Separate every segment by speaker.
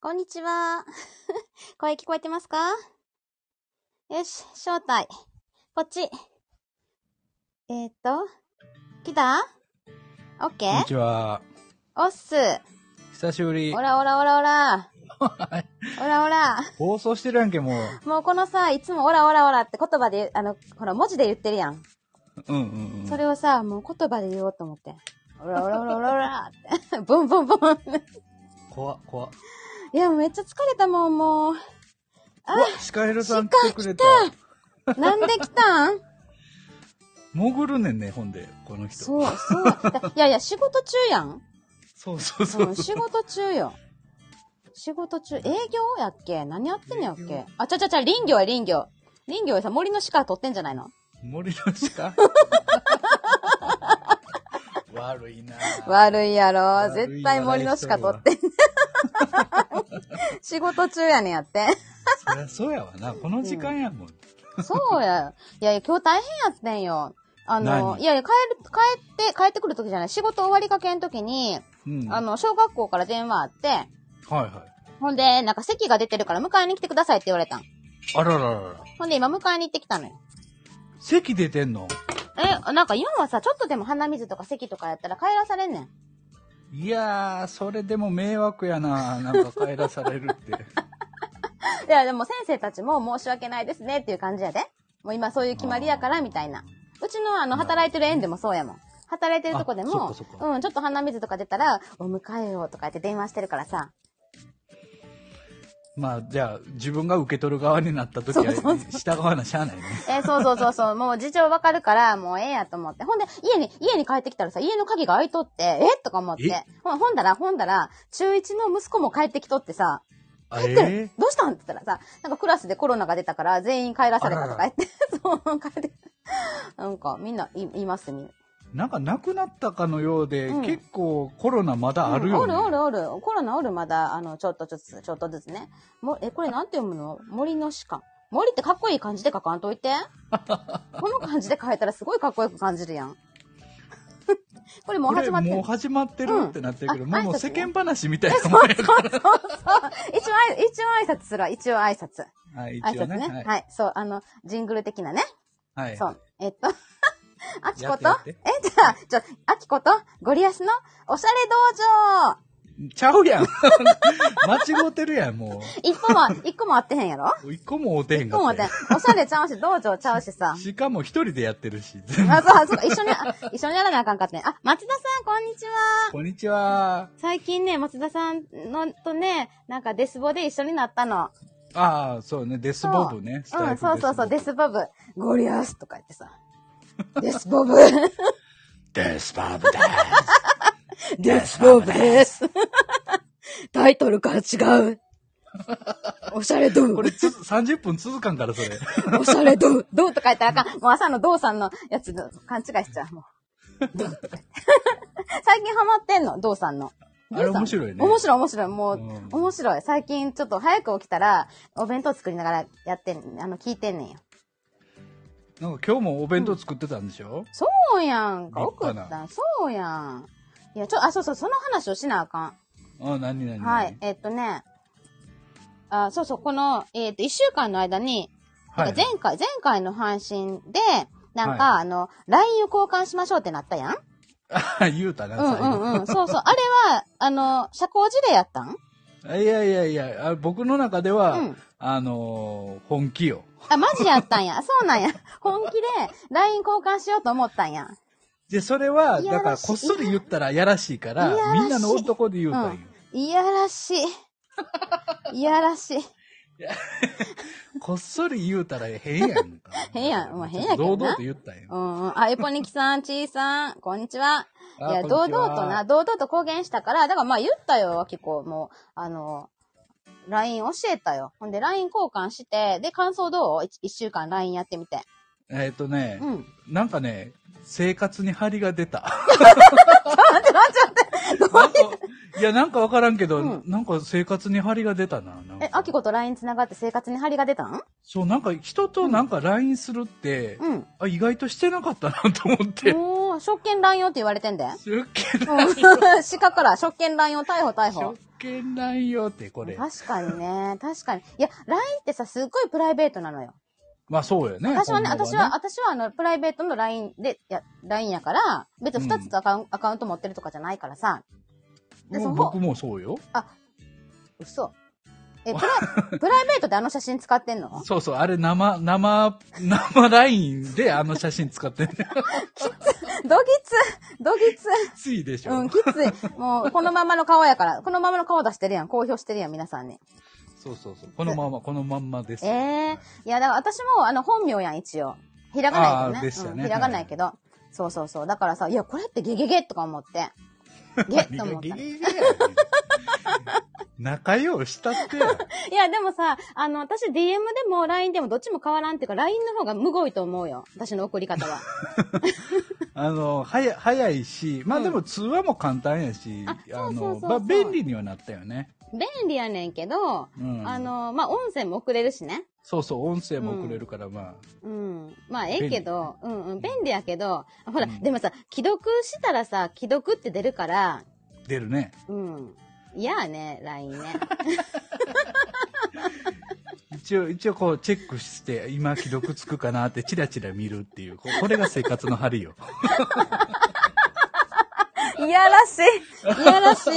Speaker 1: こんにちは。 声聞こえてますかよし、招待。ポチ。えー、っと、来たオッケ
Speaker 2: こんに
Speaker 1: ー
Speaker 2: ちは。
Speaker 1: おっす。
Speaker 2: 久しぶり
Speaker 1: オ。ラオラオラオラ。オラオラ。
Speaker 2: 放送してるやんけ、もう。
Speaker 1: もうこのさ、いつもオラオラオラって言葉で言う、あの、この文字で言ってるやん。
Speaker 2: うんうんうん。
Speaker 1: それをさ、もう言葉で言おうと思って。オラオラオラオラオラって。 ボンボンボン。
Speaker 2: 怖っ怖っ。
Speaker 1: いや、めっちゃ疲れたもん、もう。あ
Speaker 2: うわシカヘルさん来てくれた。
Speaker 1: なんで来たん
Speaker 2: 潜るねんね、ほんで、この人。
Speaker 1: そう、そう。だいやいや、仕事中やん。、。
Speaker 2: そうそうそううん
Speaker 1: 仕事中よ。仕事中、営業やっけ何やってんのやっ
Speaker 2: 営
Speaker 1: け
Speaker 2: 業
Speaker 1: あ、ちゃちゃちゃ、林業や林業。林業さ、森の鹿取ってんじゃないの
Speaker 2: 森の 鹿悪いなぁ
Speaker 1: 悪いやろ。
Speaker 2: 悪い
Speaker 1: 絶対森の鹿取ってん。仕事中やねんやって。
Speaker 2: そりゃそうやわな。この時間やもん。
Speaker 1: そうや。いやいや、今日大変やってんよ。あの、
Speaker 2: 何
Speaker 1: いやいや、帰る、帰って、帰ってくる時じゃない。仕事終わりかけん時に、
Speaker 2: うん。
Speaker 1: あ
Speaker 2: はい
Speaker 1: の、小学校から電話あって、
Speaker 2: は
Speaker 1: ほんで、なんか席が出てるから迎えに来てくださいって言われたん。
Speaker 2: い。あらららら。
Speaker 1: ほんで今迎えに行ってきたのよ。
Speaker 2: 席出てんの
Speaker 1: え、なんか今はさ、ちょっとでも鼻水とか咳とかやったら帰らされんねん。
Speaker 2: いやー、それでも迷惑やなぁなんか帰らされる って。
Speaker 1: いや、でも先生たちも申し訳ないですねっていう感じやで。もう今そういう決まりやからみたいな。うちのあの、働いてる園でもそうやもん。働いてるとこでも、
Speaker 2: あそっかそっか
Speaker 1: うん、ちょっと鼻水とか出たら、お迎えようとか言って電話してるからさ。
Speaker 2: まあ、じゃあ、自分が受け取る側になった時
Speaker 1: そ
Speaker 2: は
Speaker 1: うそう、
Speaker 2: 従わなしゃあないね。
Speaker 1: えーそうそうそうそう、もう事情わかるから、もうええやと思って。ほんで、家に、家に帰ってきたらさ、家の鍵が開いとって、えとか思って
Speaker 2: え。
Speaker 1: ほんほんだら、ほんだら、中1の息子も帰ってきとってさ、
Speaker 2: あ
Speaker 1: 帰ってる、どうしたんって言ったらさ、なんかクラスでコロナが出たから全員帰らされたとか言って、 そう、帰って、なんかみんない、います、みんな。
Speaker 2: なんかなくなったかのようで、
Speaker 1: うん
Speaker 2: 結構コロナまだあるよ、
Speaker 1: うん
Speaker 2: ね
Speaker 1: おるおるおる。コロナおる、まだ、あの、ちょっとずつ、ちょっとずつね。もえ、これなんて読むの森の鹿。森ってかっこいい感じで書かんと いて。この感じで書いたらすごいかっこよく感じるやん。 これもう
Speaker 2: これ
Speaker 1: 始まってる
Speaker 2: もう。始まってるってなってるけど、
Speaker 1: うん
Speaker 2: も
Speaker 1: あ
Speaker 2: うもう
Speaker 1: 挨拶
Speaker 2: 世
Speaker 1: ね
Speaker 2: 間話みたいなも んやから。
Speaker 1: 一応あい、一応挨拶するわ。一応挨拶。
Speaker 2: はい、
Speaker 1: 挨
Speaker 2: 一応
Speaker 1: 拶
Speaker 2: ね。
Speaker 1: ね。はい、そう、あの、ジングル的なね。
Speaker 2: はい。はい
Speaker 1: そう。えっと、 あきこと、
Speaker 2: やって
Speaker 1: え、
Speaker 2: やっ
Speaker 1: じゃあ、ちょ、あきこと、ゴリアスのおしゃれ道場
Speaker 2: ちゃうやん。 間違うてるやん、も
Speaker 1: 一個 も、一個も合ってへんやろ
Speaker 2: う。一個もおてへん
Speaker 1: 一
Speaker 2: か
Speaker 1: 個も合
Speaker 2: っ
Speaker 1: って
Speaker 2: た
Speaker 1: へん
Speaker 2: よ。。
Speaker 1: おしゃれちゃうし、道場ちゃうしさ。
Speaker 2: しかも一人でやってるし。
Speaker 1: あ、そうあそうか、一緒に、 あ一緒にやらなあかんかったね。あ、松田さん、こんにちは。
Speaker 2: こんにちは。
Speaker 1: 最近ね、松田さんのとね、なんかデスボで一緒になったの。
Speaker 2: ああ、そうね、デスボブね。ス
Speaker 1: う
Speaker 2: タ
Speaker 1: ん、
Speaker 2: イフ
Speaker 1: そうそうそう、デ
Speaker 2: デス
Speaker 1: スボブ。ゴリアスとか言って さ。デスボブ。
Speaker 2: デスボブで
Speaker 1: デスボブです。 タイトルから違う。おしゃれド
Speaker 2: す。
Speaker 1: ゥ
Speaker 2: これつ、30分続かんから、それ。
Speaker 1: おしゃれドゥ、ドゥとか言ったらあかん。もう朝のドゥさんのやつの勘違いしちゃう。もう。ドゥとか言って最近ハマってんの、ドゥさんの。
Speaker 2: あれ面白いね
Speaker 1: 面白い面白い。もう、
Speaker 2: うん
Speaker 1: 面白い。最近ちょっと早く起きたら、お弁当作りながらやってん、あの、聞いてんねんよ。
Speaker 2: なんか今日もお弁当作ってたんでしょ、
Speaker 1: そうやんか、
Speaker 2: 立
Speaker 1: 送っ
Speaker 2: 派
Speaker 1: たん。そうやん。いや、ちょ、あ、そうそう、その話をしなあかん。
Speaker 2: ああ、何々。
Speaker 1: はい。。えっとね、あ、そうそう、この、えっと、一週間の間に、な
Speaker 2: は
Speaker 1: いんか。前回、前回の配信で、なんか、
Speaker 2: は
Speaker 1: あの、LINE を交換しましょうってなったやん
Speaker 2: あ 言うたな、
Speaker 1: う
Speaker 2: 最後。
Speaker 1: んうんうん。そうそう。あれは、あの、社交辞令やったん
Speaker 2: いやいやいや、あ僕の中では、
Speaker 1: うん
Speaker 2: あのー本気よ。
Speaker 1: あ、マジやった んや。そうなんや。本気で LINE 交換しようと思ったんや。
Speaker 2: で、それは、
Speaker 1: いやらし
Speaker 2: だ
Speaker 1: い
Speaker 2: から、こっそり言ったらやらしいか
Speaker 1: いやら
Speaker 2: ら、
Speaker 1: しい
Speaker 2: みんなの男で言うたんよ。
Speaker 1: いやらしい。いやらしい。。
Speaker 2: こっそり言うたら変やんか
Speaker 1: 変やんまあ変やけどな
Speaker 2: 堂々と言ったん
Speaker 1: う
Speaker 2: よ。
Speaker 1: んうん。あ、エポニキさん、ちーさん、こんにちは。い
Speaker 2: あ
Speaker 1: や、
Speaker 2: こんにち
Speaker 1: 堂
Speaker 2: は
Speaker 1: 々とな、堂々と公言したから、だからまあ言ったよ、アキコもう、あの、LINE 教えたよ。ほんで、LINE 交換して、で、感想どう 1, 週間 LINE やってみて。
Speaker 2: えっ、とね
Speaker 1: う、ん。
Speaker 2: なんかね、生活に張りが出た。
Speaker 1: 待って待って待って。
Speaker 2: なんか いや、なんかわからんけど、
Speaker 1: うん
Speaker 2: なんか生活に張りが出たな。なんか
Speaker 1: え、あきこと LINE 繋がって生活に張りが出たん
Speaker 2: そう、なんか人となんか LINE するって、
Speaker 1: うん。
Speaker 2: あ、意外としてなかったなと思って。
Speaker 1: おー、職権乱用って言われてん で。
Speaker 2: 職権乱用。
Speaker 1: うん。 鹿から職権乱用逮捕逮捕
Speaker 2: 職。権乱用ってこれ。
Speaker 1: 確かにね。確かに。いや、LINE ってさ、すっごいプライベートなのよ。
Speaker 2: まあそ うよね。
Speaker 1: 私はね、
Speaker 2: ほんま
Speaker 1: 私は、。私はあの、プライベートの LINE で、いや、LINE やから、別に2つとアカウン,、アカウント持ってるとかじゃないからさ。で、
Speaker 2: も
Speaker 1: そうこ
Speaker 2: 僕、もそうよ。
Speaker 1: 嘘。え、 プライ、プライベートであの写真使ってん の
Speaker 2: そうそう、あれ生、生、生 LINE であの写真使ってる。
Speaker 1: ドギツドギツ
Speaker 2: ついでしょ。
Speaker 1: うん、きつい。もう、このままの顔やから、このままの顔出してるやん、公表してるやん、皆さんね。
Speaker 2: そうそうそう。このまま、このまんまです。
Speaker 1: ええいや、だから私も、あの、本名やん、一応。ひらがないけど
Speaker 2: あー
Speaker 1: ね。
Speaker 2: でしたね
Speaker 1: うん、ひらがないけど。そうそうそう。だからさ、いや、これってゲゲゲとか思って。ゲッと思った。い
Speaker 2: ギリギリやね仲良うしたって や。
Speaker 1: や、でもさ、あの、私 DM でも LINE でもどっちも変わらんっていうか、LINE の方がむごいと思うよ。私の送り 方は。
Speaker 2: あの、はや、早いし、まあ
Speaker 1: うん
Speaker 2: でも通話も簡単やし、
Speaker 1: あそうそうそう
Speaker 2: の、
Speaker 1: そう
Speaker 2: まあ便利にはなったよね。
Speaker 1: 便利やねんけど、
Speaker 2: うん。
Speaker 1: あの、まあ、音声も送れるしね。
Speaker 2: そうそう、音声も送れるから、まあ、
Speaker 1: うん。まあ、ええけど、うんうん、便利やけど、ほら、
Speaker 2: うん
Speaker 1: でもさ、既読したらさ、既読って出るから、
Speaker 2: 出るね。
Speaker 1: うん。いやね、LINE ね。
Speaker 2: 一応、一応こうチェックして、今既読つくかなってチラチラ見るっていう、ここれが生活の針よ。
Speaker 1: いやらしい。いやらしい。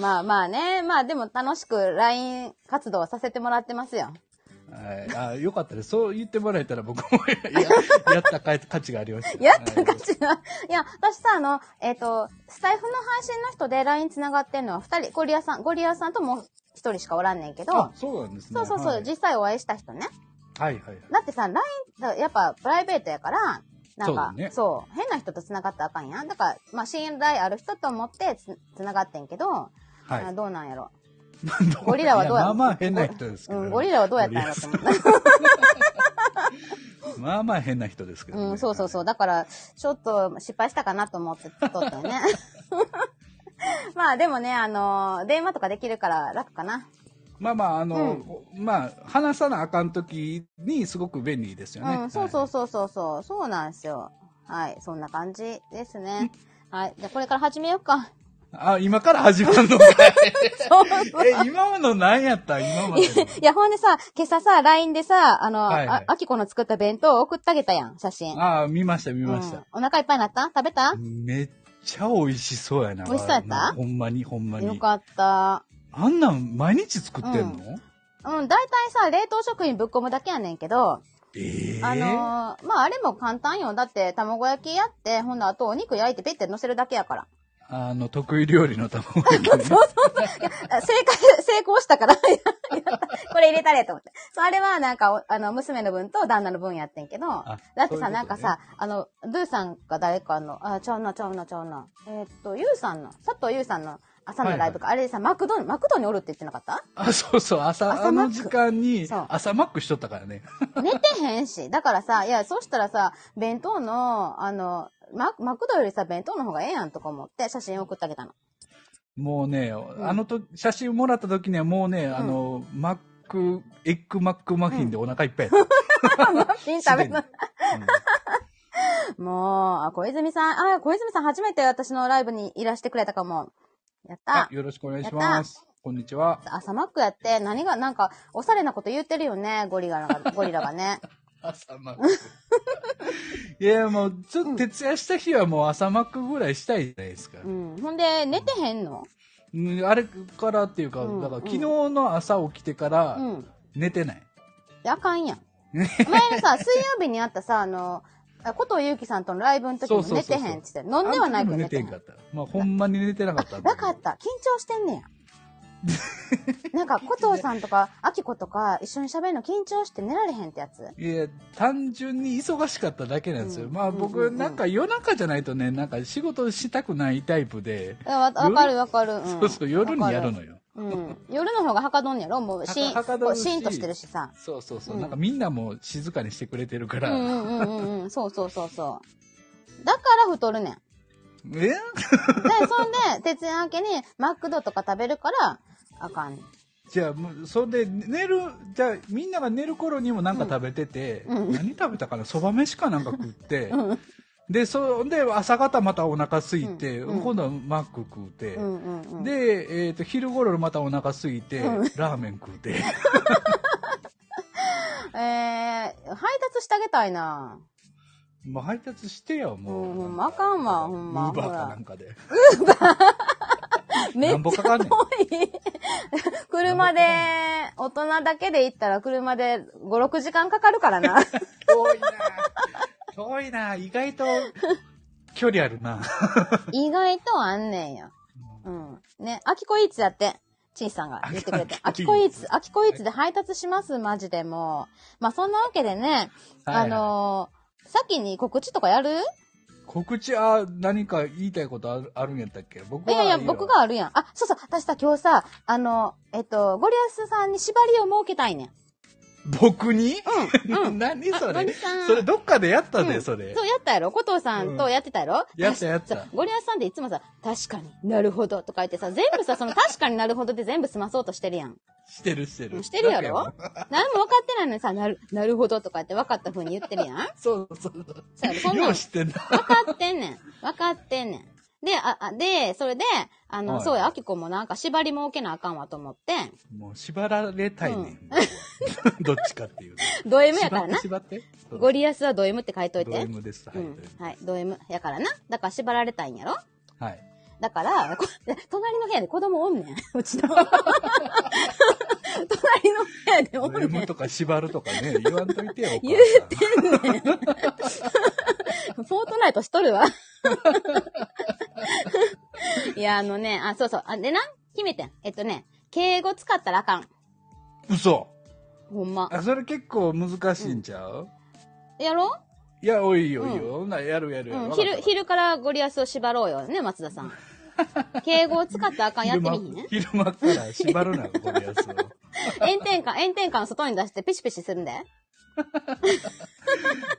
Speaker 1: まあまあね、まあでも楽しく LINE 活動をさせてもらってますよ。
Speaker 2: はい、あよかったです。そう言ってもらえたら僕もややったかい価値がありました。
Speaker 1: やった
Speaker 2: は
Speaker 1: か
Speaker 2: い
Speaker 1: しら。いや、私さ、あの、えっ、と、スタイフの配信の人で LINE 繋がってんのは二人、ゴリアさん、ゴリアさんともう一人しかおらんねんけど
Speaker 2: あ、そうなんですね。
Speaker 1: そうそうそう、
Speaker 2: はい、
Speaker 1: 実際お会いした人ね。
Speaker 2: はいはいはい。
Speaker 1: だってさ、LINE だからやっぱプライベートやから、なん
Speaker 2: そう
Speaker 1: か
Speaker 2: だ、ね
Speaker 1: そう、変な人と繋がったらあかんやん。だから、まあ、信頼ある人と思ってつ、繋がってんけど、
Speaker 2: はい
Speaker 1: あどうなんやろ。
Speaker 2: う
Speaker 1: ゴリラはどうや
Speaker 2: いやまあまあ変な人ですけど。
Speaker 1: うん、ゴリラはどうやったんやろと思った。
Speaker 2: まあまあ変な人ですけど、ね。
Speaker 1: うん、そうそうそう。だから、ちょっと失敗したかなと思って撮ったよね。 まあ、でもね、あの、電話とかできるから楽かな。
Speaker 2: まあまあ、あの、まあ、話さなあかん時にすごく便利ですよね。
Speaker 1: うん、そうそううそうそうそう。そうなんですよ。はい、そんな感じですね。はい、じゃあこれから始めようか。
Speaker 2: あ、今から始まるのかい
Speaker 1: そうそう。
Speaker 2: え、今の何やった今までの。
Speaker 1: いや、ほんでさ、今朝さ、LINE でさ、あの、
Speaker 2: はいはい
Speaker 1: あ、あきこの作った弁当を送ってあげたやん、写真。
Speaker 2: ああ、見ました見ました。
Speaker 1: うんお腹いっぱいになった食べた
Speaker 2: めっちゃ美味しそうやな。
Speaker 1: 美味しそうやった
Speaker 2: ほんまにほんま
Speaker 1: よ
Speaker 2: に。
Speaker 1: かった。
Speaker 2: あんなん毎日作ってん
Speaker 1: う
Speaker 2: の、
Speaker 1: ん、だいたいさ、冷凍食品ぶっ込むだけやねんけど、
Speaker 2: ええ
Speaker 1: あのーまあ、あれも簡単よ。だって、卵焼きやって、ほんのあとお肉焼いてペッて乗せるだけやから。
Speaker 2: あの、得意料理 の卵焼きね、
Speaker 1: あ正解、成功したから。や ったこれ入れたれと思って。そうあれはなんかお、あの、娘の分と旦那の分やってんけど、
Speaker 2: あ
Speaker 1: だってさ、
Speaker 2: そういうことね
Speaker 1: なんかさ、あの、ドゥさんが誰かの、あ、ちゃうな、ちゃうな、ちゃうな。えーっと、ゆうさんの、佐藤ゆうさんの朝のライブか、あれさ、マクドに、マクドにおるって言ってなかった
Speaker 2: あ、そうそう、朝、
Speaker 1: 朝
Speaker 2: あ
Speaker 1: マック
Speaker 2: の時間に
Speaker 1: そう、
Speaker 2: 朝マックしとったからね。
Speaker 1: 寝てへんし。だからさ、いや、そしたらさ、弁当の、あの、ママクドよりさ、弁当の方がええやんとか思って写真送ってあげたの。
Speaker 2: もうね、
Speaker 1: ん
Speaker 2: あのと、写真もらった時にはもうね、あの、マック、エッグマックマフィンでお腹いっぱいやった。
Speaker 1: ピン 食べな
Speaker 2: す。
Speaker 1: もう、あ、小泉さん、あ、小泉さん初めて私のライブにいらしてくれたかも。やっ
Speaker 2: あ
Speaker 1: た。
Speaker 2: よろしくお願いします。こんにちは。
Speaker 1: 朝マックやって、何が、なんか、おしゃれなこと言ってるよね、ゴリラが、 ゴリラがね。
Speaker 2: 朝マック。いや、もう、ちょっと徹夜した日はもう朝マックぐらいしたいじゃないですか
Speaker 1: う。ん。ほんで、寝てへんの
Speaker 2: うんあれからっていうか、
Speaker 1: うん
Speaker 2: だから昨日の朝起きてから
Speaker 1: うん。
Speaker 2: 寝てない。
Speaker 1: であかんやん。前のさ、水曜日にあったさ、あの、あことゆうきさんとのライブの時も
Speaker 2: そうそう
Speaker 1: 寝て
Speaker 2: そう
Speaker 1: へ
Speaker 2: そうん
Speaker 1: っつって、飲んではないけど寝
Speaker 2: あの時も寝て
Speaker 1: てへ
Speaker 2: ん
Speaker 1: ん
Speaker 2: か。った。まあ、ほんまに寝てなかったんだ
Speaker 1: な
Speaker 2: けど。
Speaker 1: かった。緊張してん ねや。なんか、古藤さんとか、あきことか、一緒に喋るの緊張して寝られへんってやつ。
Speaker 2: いや、単純に忙しかっただけなんですよ。
Speaker 1: うん
Speaker 2: まあ僕、
Speaker 1: うんうんうん
Speaker 2: なんか夜中じゃないとね、なんか仕事したくないタイプで、
Speaker 1: えわわかるわかる。うん
Speaker 2: そうそう、夜にやるのよ。
Speaker 1: うん。夜の方がはかどんやろもう、しん、
Speaker 2: はかど
Speaker 1: こ
Speaker 2: る
Speaker 1: う
Speaker 2: し
Speaker 1: シーンとしてるしさ。
Speaker 2: そうそうそう、
Speaker 1: うん
Speaker 2: なんかみんなも静かにしてくれてるか
Speaker 1: うん
Speaker 2: ら、
Speaker 1: うんうんうんうん。そうそうそうそだから太るねん。で、
Speaker 2: え
Speaker 1: そん で、徹夜明けにマクドとか食べるから、あかんねん。
Speaker 2: じゃあもうそれで寝るじゃあみんなが寝る頃にも何か食べてて、
Speaker 1: うん
Speaker 2: 何食べたかなそば飯かなんか食っ て、
Speaker 1: うん
Speaker 2: でそんで朝方またお腹空いて、
Speaker 1: うん
Speaker 2: 今度はマック食うて、
Speaker 1: うんうんうん。
Speaker 2: で、えー、と昼頃またお腹空いて、
Speaker 1: うん
Speaker 2: ラーメン食うて
Speaker 1: えー、配達してあげたいな。
Speaker 2: もう配達してよもう、
Speaker 1: うんほんまあかんわほんま
Speaker 2: ウーバーかなんかで
Speaker 1: め
Speaker 2: な
Speaker 1: っ
Speaker 2: んぼ
Speaker 1: ち
Speaker 2: か
Speaker 1: ゃ
Speaker 2: かんねん
Speaker 1: 遠い。車で、大人だけで行ったら車で5、6時間かかるから な。
Speaker 2: 遠いな遠いな意外と距離あるな
Speaker 1: 意外とあんねんよ。うん。ね、アキコイーツやって。ちいさんが言ってくれて。
Speaker 2: あ
Speaker 1: アキコイーツ、アキコイーツで配達します、マジでもう。まあ、そんなわけでね、
Speaker 2: はい
Speaker 1: あのー先に告知とかやる
Speaker 2: 告知は何か言いたいことあるあるんやったっけ僕
Speaker 1: い
Speaker 2: は
Speaker 1: やいや、
Speaker 2: よ
Speaker 1: 僕があるやん。あ、そうそう、私さ、今日さ、あの、えっと、ゴリアスさんに縛りを設けたいねん。
Speaker 2: 僕に、
Speaker 1: う
Speaker 2: 何そ
Speaker 1: あゴ
Speaker 2: れ
Speaker 1: リさん
Speaker 2: それどっかでやった
Speaker 1: う
Speaker 2: で、
Speaker 1: ん
Speaker 2: それ
Speaker 1: そ。う、やったやろ古藤さんとやってたやろ、
Speaker 2: うんやったやった
Speaker 1: そうゴリアスさんっていつもさ、確かになるほどとか言ってさ、全部さ、その確かになるほどで全部済まそうとしてるやん。
Speaker 2: してるして
Speaker 1: う
Speaker 2: る。
Speaker 1: んしてるや
Speaker 2: だ
Speaker 1: ろ
Speaker 2: から
Speaker 1: 何も分かってないのにさ、なる、なるほどとか言って分かった風に言ってるや ん
Speaker 2: そうそ
Speaker 1: そ
Speaker 2: う
Speaker 1: うやろそ
Speaker 2: そ
Speaker 1: ん
Speaker 2: う。
Speaker 1: な
Speaker 2: よ
Speaker 1: の
Speaker 2: う知ってんな。
Speaker 1: 分かってんねん。分かってんねん。で、あ、あで、それで、あの、
Speaker 2: はい
Speaker 1: そうや、アキコもなんか縛り設けなあかんわと思って、
Speaker 2: もう縛られたいねん。 どっちかっていうと。
Speaker 1: ド M やから
Speaker 2: 縛って
Speaker 1: な。
Speaker 2: 縛って。そう
Speaker 1: ゴリアスはド M って書いといて。
Speaker 2: ド M です。は
Speaker 1: う
Speaker 2: い。
Speaker 1: ん。はい、ド M やからな。だから縛られたいんやろ
Speaker 2: はい。
Speaker 1: だから、こ 隣の部屋で子供おんねん。う ちの。隣の部屋でおん
Speaker 2: ド
Speaker 1: ねん。
Speaker 2: M とか縛ると かね、言わんといてよ。
Speaker 1: 言うてんねん。フ ォートナイトしとるわ。 いや、あのね、あ、そうそう。あでな、決めてん。えっとね、敬語使ったらあかん。
Speaker 2: お母さん嘘。
Speaker 1: ほんま。
Speaker 2: あ、それ結構難しいんちゃう
Speaker 1: やろ
Speaker 2: いや、おいよ、いいよ。な、やるやるや
Speaker 1: う
Speaker 2: る
Speaker 1: ん。。
Speaker 2: わ
Speaker 1: 昼、
Speaker 2: かった
Speaker 1: 昼からゴリアスを縛ろうよね、松田さ ん。敬語を使ったらあかん。やって
Speaker 2: 昼
Speaker 1: みひ
Speaker 2: 間
Speaker 1: んね、。
Speaker 2: 昼間から縛るな、このやつを。
Speaker 1: 炎天下、炎天下の外に出してピシピシするんで。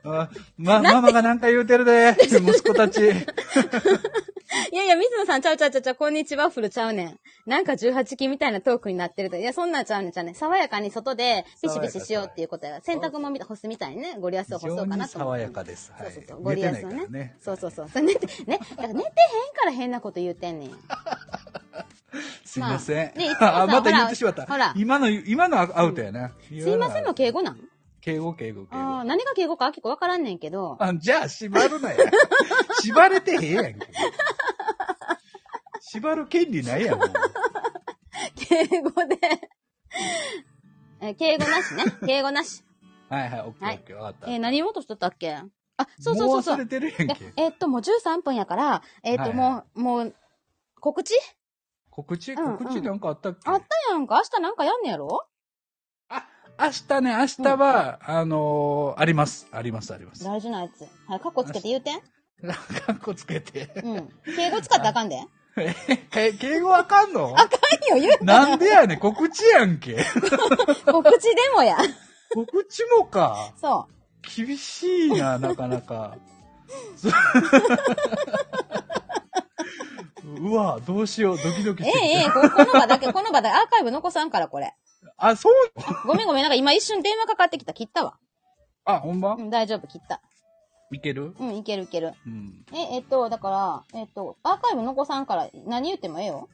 Speaker 2: あま、ママがなんか言うて るで、息子たち。
Speaker 1: いやいや、水野さん、ちゃうちゃうちゃうちゃう、こんにちは、フルちゃうねん。なんか18金みたいなトークになってると。いや、そんなんちゃうねんちゃうねん。爽やかに外で、ピシピシしようっていうことや。洗濯もみた干すみたいにね、ゴリアスを
Speaker 2: 非
Speaker 1: 干そ
Speaker 2: 常
Speaker 1: うか
Speaker 2: に
Speaker 1: なと思っ
Speaker 2: 爽
Speaker 1: て。
Speaker 2: やかです。は
Speaker 1: そう
Speaker 2: い
Speaker 1: そうそう、。ゴ
Speaker 2: 寝
Speaker 1: リ
Speaker 2: て
Speaker 1: ア
Speaker 2: ない
Speaker 1: ス
Speaker 2: か
Speaker 1: を
Speaker 2: ら
Speaker 1: ね。
Speaker 2: ね。
Speaker 1: そうそうそう。そう寝て、ね、だから寝てへんから変なこと言うてんねん。
Speaker 2: すいません
Speaker 1: まあねいつも。さ
Speaker 2: あ、また言ってしまっ
Speaker 1: ほら
Speaker 2: た。今の、今のアウトやな。
Speaker 1: すいませんも敬語なん
Speaker 2: 敬語、敬語、敬
Speaker 1: ああ、
Speaker 2: 語。
Speaker 1: 何が敬語かあきこわからんねんけ ど。
Speaker 2: あ、じゃあ、縛るなや。 縛れてへんやんけ。縛る権利ないやん。もう
Speaker 1: 敬語で。え、敬語なしね。敬語なし。
Speaker 2: はいはい、オッケ
Speaker 1: は
Speaker 2: ー
Speaker 1: い
Speaker 2: オッケー、わか
Speaker 1: えー
Speaker 2: っ
Speaker 1: 何言おうとしとったっけあ、そう
Speaker 2: た。
Speaker 1: そう
Speaker 2: も
Speaker 1: そううそう
Speaker 2: 忘。れてるやんけ。
Speaker 1: ええっと、もう13分やから、えっと、
Speaker 2: はい
Speaker 1: もう、もう、告知
Speaker 2: 告知、
Speaker 1: うんうん
Speaker 2: 告知なんかあったっけ
Speaker 1: あったやんか明日なんかやんねやろ
Speaker 2: 明日ね、明日は、あのー、あります。あります、あります。
Speaker 1: 大事なやつ。はい、カッコつけて言うてん。
Speaker 2: かっこつけて。
Speaker 1: うん。敬語使ったらあかんで。あ
Speaker 2: え敬語あかんの
Speaker 1: かんよ、言うな。
Speaker 2: なんでやねん、告知やんけ。
Speaker 1: 告知でもや。
Speaker 2: 告知もか。
Speaker 1: そ
Speaker 2: 厳しい な、なかなか。うわ、どうしよう、ドキド
Speaker 1: う。
Speaker 2: キ
Speaker 1: え
Speaker 2: してきた。
Speaker 1: えええこ、この場だけ、この場だけ、アーカイブ残さんから、これ。
Speaker 2: あ、そう
Speaker 1: ごめんごめん、なんか今一瞬電話かかってきた。切ったわ。
Speaker 2: あ、ほんま
Speaker 1: うん、大丈夫、切った。
Speaker 2: いける
Speaker 1: うん、いけるいける。
Speaker 2: うん。
Speaker 1: え、えっと、だから、えっと、アーカイブ残さんから何言ってもええよ。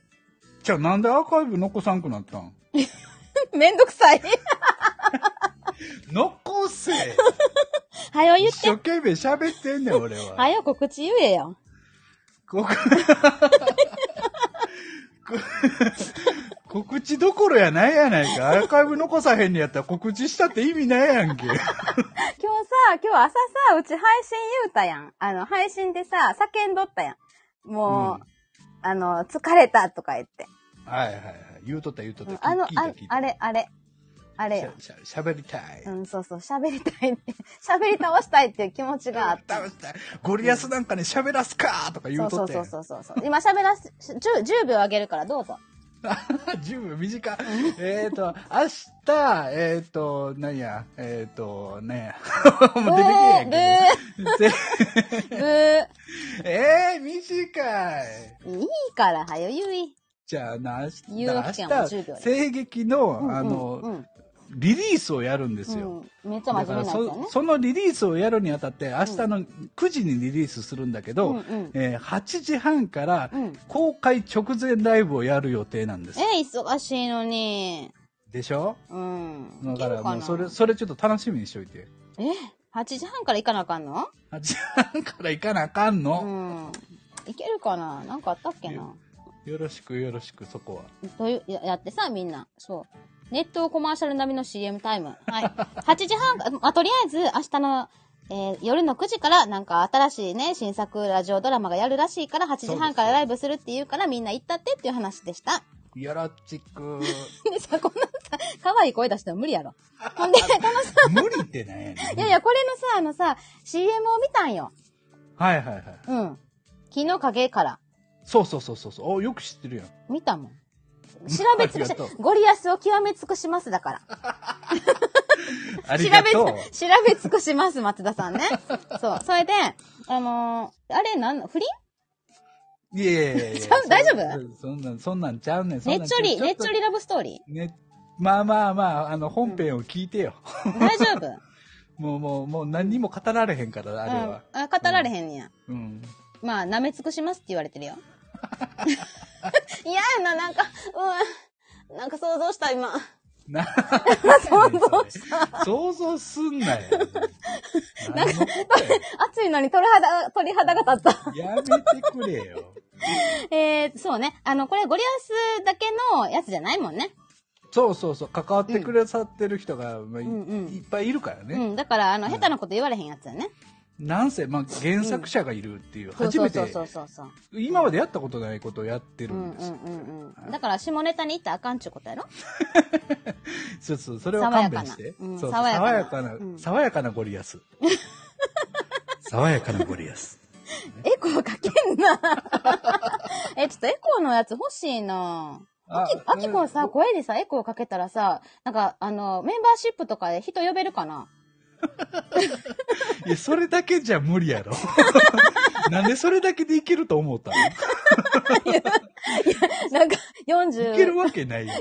Speaker 2: じゃあなんでアーカイブ残さんくなったん
Speaker 1: めんどくさい。
Speaker 2: 残せ
Speaker 1: はよ言
Speaker 2: 一
Speaker 1: って。
Speaker 2: 生懸命喋ってんねん、俺は。
Speaker 1: はよ告知言えよ。
Speaker 2: こ 告知どころやないやないか。アーカイブ残さへんのやったら告知したって意味ないやんけ。
Speaker 1: 今日さ、今日朝さ、うち配信言うたやん。あの、配信でさ、叫んどったやん。もう、
Speaker 2: うん
Speaker 1: あの、疲れたとか言って。
Speaker 2: はいはいはい。言うとった言うとった。
Speaker 1: あの、
Speaker 2: 聞いた
Speaker 1: あ
Speaker 2: 聞いた
Speaker 1: あれ、あれ、あれ
Speaker 2: し
Speaker 1: や
Speaker 2: ゃ。しゃしゃべりたい。
Speaker 1: うん、そうそう、喋りたいって、 喋り倒したいっていう気持ちがあっ
Speaker 2: 倒
Speaker 1: た。
Speaker 2: したい。ゴリアスなんかに喋らすかとか言
Speaker 1: そううそ
Speaker 2: とっ
Speaker 1: う
Speaker 2: て。
Speaker 1: そうそうそう。今喋らす、10, 10秒あげるからどうぞ。
Speaker 2: 10秒短い。えっと、明日、えっ、と、なんや、えっ、と、ね もう出て けえへんけど。
Speaker 1: ブー。
Speaker 2: えー、短い。
Speaker 1: いいから、はよ言い。
Speaker 2: じゃあな、明日、
Speaker 1: 言うわけやん
Speaker 2: 明
Speaker 1: 10秒
Speaker 2: 日
Speaker 1: で
Speaker 2: 声劇の、あの、
Speaker 1: うんうん
Speaker 2: リリースをやるんですよ。
Speaker 1: うん、めっちゃ真
Speaker 2: だか
Speaker 1: 面目
Speaker 2: ら
Speaker 1: なやつや
Speaker 2: そ
Speaker 1: ね。
Speaker 2: そのリリースをやるにあたって明日の9時にリリースするんだけど、
Speaker 1: うんうん
Speaker 2: えー8時半から
Speaker 1: うん
Speaker 2: 公開直前ライブをやる予定なんです、
Speaker 1: え、忙しいのに。
Speaker 2: でしょ
Speaker 1: うん。
Speaker 2: だからもうそれ
Speaker 1: いけるか
Speaker 2: それちょっと楽しみにしといて
Speaker 1: なえ、8時半から行かなあかんの
Speaker 2: 8時半から行かなあかん
Speaker 1: う
Speaker 2: の、
Speaker 1: ん。いけるかななんかあったっけな
Speaker 2: よろしくよろしくそこは
Speaker 1: というややってさ、みんな。そう。ネットコマーシャル並みの CM タイム。はい。8時 半か、まあ、とりあえず明日の、えー夜の9時からなんか新しいね、新作ラジオドラマがやるらしいから、8時半からライブするっていうからみんな行ったってっていう話でした。
Speaker 2: よろしく
Speaker 1: でさ、こんなさ、可愛い声出しても無理や ろ。ほんで、このさ、
Speaker 2: 無理ってなんやねん
Speaker 1: いやいや、これのさ、あのさ、CM を見たんよ。
Speaker 2: はいはいはい
Speaker 1: うん。昨日影から。
Speaker 2: そうそうそうそうそうおよく知ってるやん
Speaker 1: 見たもん。調べ尽く
Speaker 2: ありがと
Speaker 1: し、
Speaker 2: う
Speaker 1: ゴリアスを極め尽くしますだから。
Speaker 2: あ
Speaker 1: 調べ
Speaker 2: りが
Speaker 1: つ、調
Speaker 2: とう
Speaker 1: べ尽くします、松田 さんね。そう。それで、あのーあれ、なんの、不倫
Speaker 2: いやいやいやいや
Speaker 1: ちゃう大丈夫
Speaker 2: 夫そんなんそんなんちゃうねんそん
Speaker 1: ね
Speaker 2: な
Speaker 1: っ
Speaker 2: ん
Speaker 1: ちょり、
Speaker 2: ちょ
Speaker 1: ねっ
Speaker 2: っと
Speaker 1: ちょりラブストーリ
Speaker 2: ね、まあまあまあ、あの、本編を聞いてよ。
Speaker 1: ー大丈夫
Speaker 2: もうもう、もう何にも語られへんから、 あれは。
Speaker 1: うん。あ、語られへんねや。
Speaker 2: うん。
Speaker 1: まあ、舐め尽くしますって言われて るよ。嫌やな、なんか、うん。なんか想像した、 今。
Speaker 2: な、
Speaker 1: 想像 し
Speaker 2: 想像すん なよ。なんか、
Speaker 1: 暑いのに鳥肌、鳥肌が立った。
Speaker 2: やめてくれよ。
Speaker 1: えー、そうね。あの、これゴリアスだけのやつじゃないもんね。
Speaker 2: そうそうそう、関わってくださってる人が、まあい
Speaker 1: うんうん
Speaker 2: いっぱいいるから
Speaker 1: う
Speaker 2: ね。
Speaker 1: ん。だから、あの、下手なこと言われへんやつやね。
Speaker 2: なんせ、まあ、原作者がいるっていう、
Speaker 1: そう
Speaker 2: 初
Speaker 1: そう
Speaker 2: め
Speaker 1: そう
Speaker 2: て、
Speaker 1: そうそうそう。
Speaker 2: 今までやったことないことをやってる
Speaker 1: うんん
Speaker 2: で
Speaker 1: う
Speaker 2: す
Speaker 1: ん。うんうん。だから、下ネタに行ったらあかんちゅうことやろ
Speaker 2: そうそう、それは勘弁して。
Speaker 1: 爽やかなうん爽
Speaker 2: そう
Speaker 1: やかな
Speaker 2: 爽やかな
Speaker 1: う、ん
Speaker 2: 爽やかなゴリ アス。爽やかなゴリアス。
Speaker 1: エコーかけん な。え、ちょっとエコーのやつ欲しいな。あき、あきこんさ、声でさ、エコーかけたらさ、なんか、あの、メンバーシップとかで人呼べるかない
Speaker 2: や、それだけじゃ無理やろ。 なんでそれだけでいけると思ったの
Speaker 1: なんか、
Speaker 2: いける
Speaker 1: 40、
Speaker 2: わけないよ。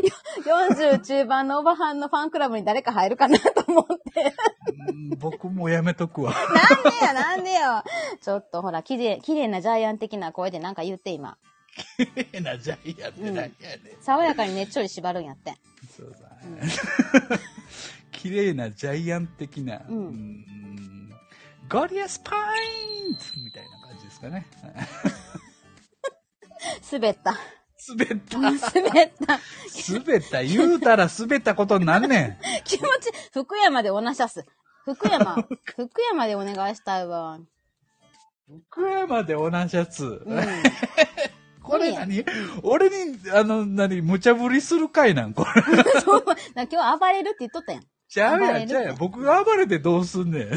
Speaker 1: 40中盤のおばはんのファンクラブに誰か入るかなと思って。
Speaker 2: うん僕もやめとくわ。
Speaker 1: なんでや、なんでよ。ちょっとほら、綺麗、綺麗なジャイアン的な声でなんか言って今。
Speaker 2: 変なジャイアンってなんやねん。
Speaker 1: 爽やかにねっちょり縛るんやって。
Speaker 2: そうだ。綺麗なジャイアン的な。
Speaker 1: うん
Speaker 2: うんゴリアスパインツみたいな感じですかね。
Speaker 1: 滑った。
Speaker 2: 滑った。
Speaker 1: 滑った。
Speaker 2: 滑った。言うたら滑ったことになんねん。
Speaker 1: 気持ち、福山でおなしゃす。福 山、福山でお願いしたいわ。
Speaker 2: 福山で同じやつ。
Speaker 1: うん。
Speaker 2: これ何俺に、あの、何、無茶ぶりする回なんこれ。
Speaker 1: そう、なんか今日暴れるって言っとったやん。
Speaker 2: ちゃ
Speaker 1: 暴
Speaker 2: う
Speaker 1: れ
Speaker 2: や
Speaker 1: る
Speaker 2: ん、ちゃうやん。僕が暴れてどうすんねん。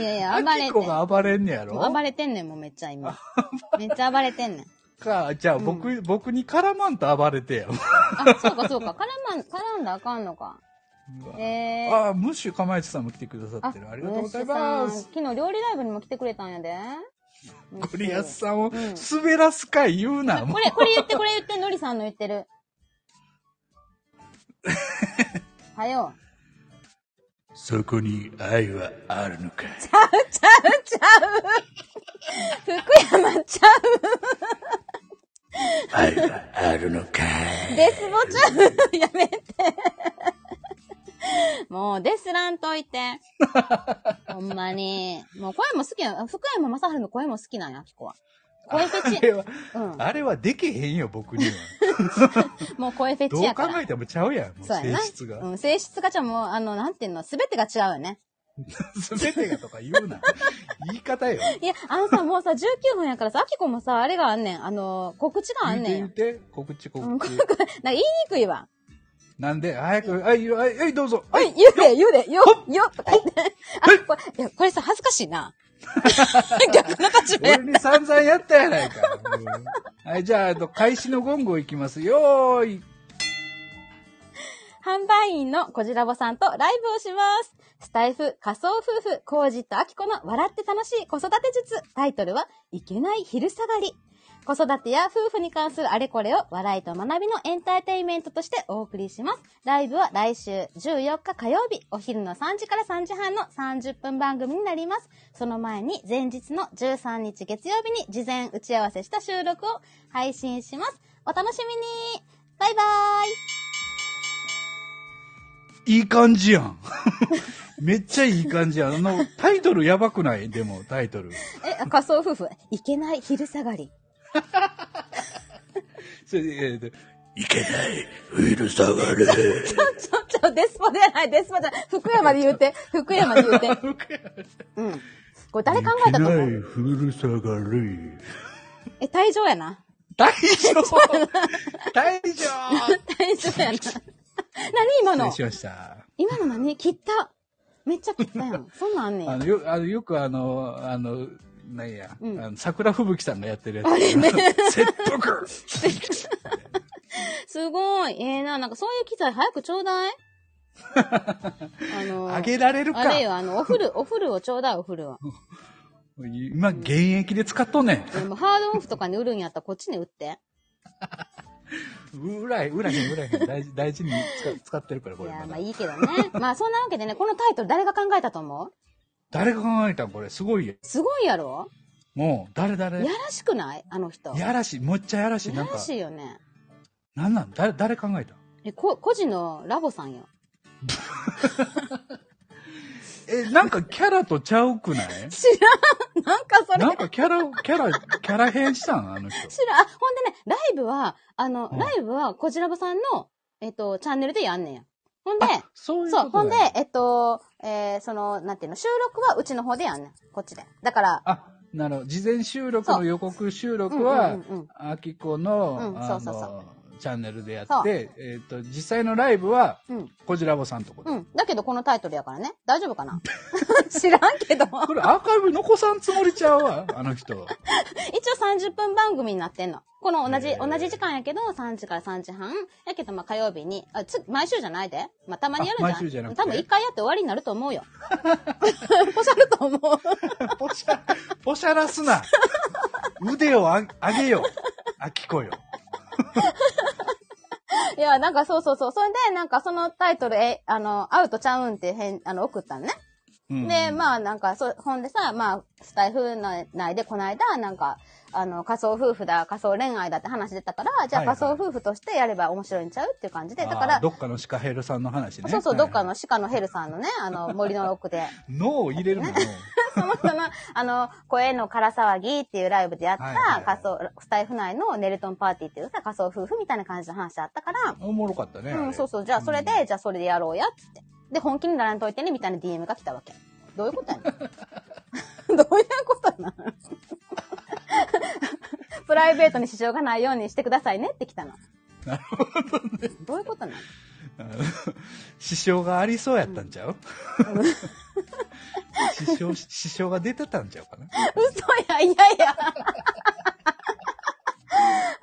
Speaker 1: いやいや、
Speaker 2: あ
Speaker 1: 暴れて
Speaker 2: き
Speaker 1: ん。
Speaker 2: こが暴れんねやろ
Speaker 1: もう暴れてんねん、もうめっちゃ 今。めっちゃ暴れてんねん。
Speaker 2: か、じゃあ僕、僕に絡まんと暴れてよ。
Speaker 1: あ、そうかそうか。絡まん、絡んだらあかんのか。えー。
Speaker 2: ああ、ムッシュかまいちさんも来てくださってる。ありがとうございま
Speaker 1: よしさ
Speaker 2: す。
Speaker 1: ん昨日料理ライブにも来てくれたんや で。
Speaker 2: ゴリアスさんを
Speaker 1: ん
Speaker 2: 滑らす回言うな。も
Speaker 1: これ、これ言って、これ言って、のりさんの言って る。は よ。
Speaker 2: うそこに愛はあるのか。
Speaker 1: ちゃうちゃう。福山ちゃう。
Speaker 2: 愛はあるのか。
Speaker 1: デスボちゃう。やめて。もう、デスらんとい て。ほんまに。もう声も好きな、福山雅治の声も好きなんや、キコは。声フ
Speaker 2: あ
Speaker 1: ェチ。
Speaker 2: れは、
Speaker 1: うん。
Speaker 2: あれはできへんよ、僕には。
Speaker 1: もう声フェ
Speaker 2: どう
Speaker 1: チやか
Speaker 2: 考
Speaker 1: ら
Speaker 2: え。てもちゃうやん、もう
Speaker 1: そうや
Speaker 2: 性
Speaker 1: な。
Speaker 2: 質が。
Speaker 1: うん、性質がちゃうもう、あの、なんていうの、すべてが違うよね。
Speaker 2: すべてがとか言 うな。言い方よ。
Speaker 1: いや、あのさ、もうさ、19分やからさ、アキコもさ、あれがあんねん。あの、告知があんねん
Speaker 2: 言
Speaker 1: よ
Speaker 2: っ。て言って、告知
Speaker 1: うん
Speaker 2: 告
Speaker 1: こ
Speaker 2: 知
Speaker 1: れ。これなんか言いにくいわ。
Speaker 2: なんで、早く、はい、はい、はい、どうぞ。
Speaker 1: お
Speaker 2: は い
Speaker 1: い、言うで、言うで、よ、よ、とか言って。あ、これ、いやこれさ、恥ずかしいな。逆の立場
Speaker 2: 俺
Speaker 1: や。
Speaker 2: に散々やったやないか。うんはい、じゃあ、あの、開始のゴングをいきます。よーい。
Speaker 1: 販売員のこじらぼさんとライブをします。スタイフ仮想夫婦、コージとアキコの笑って楽しい子育て術。タイトルは、いけない昼下がり。子育てや夫婦に関するあれこれを笑いと学びのエンターテインメントとしてお送りします。ライブは来週14日火曜日、お昼の3時から3時半の30分番組になります。その前に前日の13日月曜日に事前打ち合わせした収録を配信します。お楽しみにバイバーイ
Speaker 2: いい感じやん。 めっちゃいい感じやん。あの、タイトルやばくないでも、タイトル。
Speaker 1: え、あ仮想夫婦、いけない昼下がり。
Speaker 2: それで、えーといけない、ウイルス上 がる。
Speaker 1: ちょ、ちょ、ちょ、デスパじゃない、デスパじゃない。福山で言うて、福山で言うて。うん。これ誰考えたと思
Speaker 2: いけないう古さがる。
Speaker 1: え、退場やな。
Speaker 2: 大丈夫大丈
Speaker 1: 退場 やな。何今
Speaker 2: 夫
Speaker 1: の
Speaker 2: 失礼しました。
Speaker 1: 今の何切った。めっちゃ切ったやん。そんなんあんね
Speaker 2: あ
Speaker 1: ん。
Speaker 2: の、よ、あの、よくあの、あの、なんや、
Speaker 1: うん
Speaker 2: あの桜吹雪さんがやってるやつ。切腹
Speaker 1: すごい。ええな。なんかそういう機材早くちょうだ い。あの、
Speaker 2: あげられるか
Speaker 1: あれよ、あの、おふる、おふるをちょうだい、おふるを。
Speaker 2: 今、現役で使っとんねん。
Speaker 1: でもハードオフとかに売るんやったらこっちに売って。
Speaker 2: うらい、うらへん、うらへん。大事、大事に使使ってるから、
Speaker 1: い
Speaker 2: これ。
Speaker 1: や
Speaker 2: ま、だ
Speaker 1: まあいいけどね。まあそんなわけでね、このタイトル誰が考えたと思う
Speaker 2: 誰が考えたんこれ、すごいよ。
Speaker 1: すごいやろ
Speaker 2: もう、誰誰
Speaker 1: やらしくないあの人。
Speaker 2: やらしい、もっちゃやらしい。な
Speaker 1: や、
Speaker 2: んから
Speaker 1: しいよね。
Speaker 2: なんなん誰、誰考えた
Speaker 1: え、こ、個人のラボさんよ。
Speaker 2: え、なんかキャラとちゃうくない
Speaker 1: 知らんなんかそれ。知らん
Speaker 2: なんかキャラ、キャラ、キャラ変したんあの人。
Speaker 1: あ、ほんでね、ライブは、あの、
Speaker 2: うん
Speaker 1: ライブは、こじらぼさんの、えっと、チャンネルでやんねんや。ほんで、
Speaker 2: あ、そういうこ
Speaker 1: そう、ほ
Speaker 2: と
Speaker 1: んで
Speaker 2: だ、
Speaker 1: えっと、えー、その、なんていうの、収録はうちの方でやんねん。こっちで。だから、
Speaker 2: あ、なるほど。事前収録
Speaker 1: そ
Speaker 2: の
Speaker 1: う
Speaker 2: 予告収録は
Speaker 1: うんうんうんうん、
Speaker 2: あきこの、
Speaker 1: うん
Speaker 2: あ
Speaker 1: そ
Speaker 2: の
Speaker 1: うそうそう
Speaker 2: チャンネルでや
Speaker 1: そ
Speaker 2: っ
Speaker 1: う
Speaker 2: て、えっ、と、実際のライブは、
Speaker 1: うん、
Speaker 2: こじらぼさんとこで。
Speaker 1: うん。だけど、このタイトルやからね。大丈夫かな 知らんけど。
Speaker 2: これアーカイブ残さんつもりちゃうわ、あの人。
Speaker 1: 一応30分番組になってんの。この同じ、
Speaker 2: へー
Speaker 1: 同じ時間やけど、3時から3時半。やけど、まあ火曜日に、あ、つ、毎週じゃないで。まあたまにやるじゃん。
Speaker 2: あ毎週じゃなくて
Speaker 1: 多分一回やって終わりになると思うよ。 おしゃると思う。
Speaker 2: ポシャ、ポシャらすな。腕をあ上げよ。あきこよ。
Speaker 1: いや、なんかそうそうそう。それで、なんかそのタイトル、え、あの、アウトちゃうんって変、あの、送ったんね。
Speaker 2: うん
Speaker 1: で、まあなんか、そ、ほんでさ、まあ、スタイフ内でこの間、なんか、あの、仮想夫婦だ、仮想恋愛だって話出たから、じゃあ
Speaker 2: はいはい
Speaker 1: 仮想夫婦としてやれば面白いんちゃうっていう感じで、だか
Speaker 2: あー
Speaker 1: ら
Speaker 2: ど、っかのシカヘルさんの話ね。
Speaker 1: そうそう、
Speaker 2: はい
Speaker 1: どっかの鹿のヘルさんのね、あの、森の奥 で、
Speaker 2: 脳を入れるのよ。
Speaker 1: その人の、あの、声の空騒ぎっていうライブでやっ
Speaker 2: はいはいは
Speaker 1: た
Speaker 2: い、
Speaker 1: 仮想、スタイフ内のネルトンパーティーっていうさ、仮想夫婦みたいな感じの話あったから、
Speaker 2: おもろかったね。
Speaker 1: うん、そう
Speaker 2: う。
Speaker 1: そう、じゃあそれで、じゃあそれでやろうや、つって。で、本気にならんといてね、みたいな DM が来たわけ。 どういうことやねん。どういうことなん プライベートに支障がないようにしてくださいねって来たの。
Speaker 2: なる
Speaker 1: どういうことなん
Speaker 2: あの支障がありそうやったんちゃう支障、支障が出てたんちゃうかな。
Speaker 1: 嘘や、いやいや。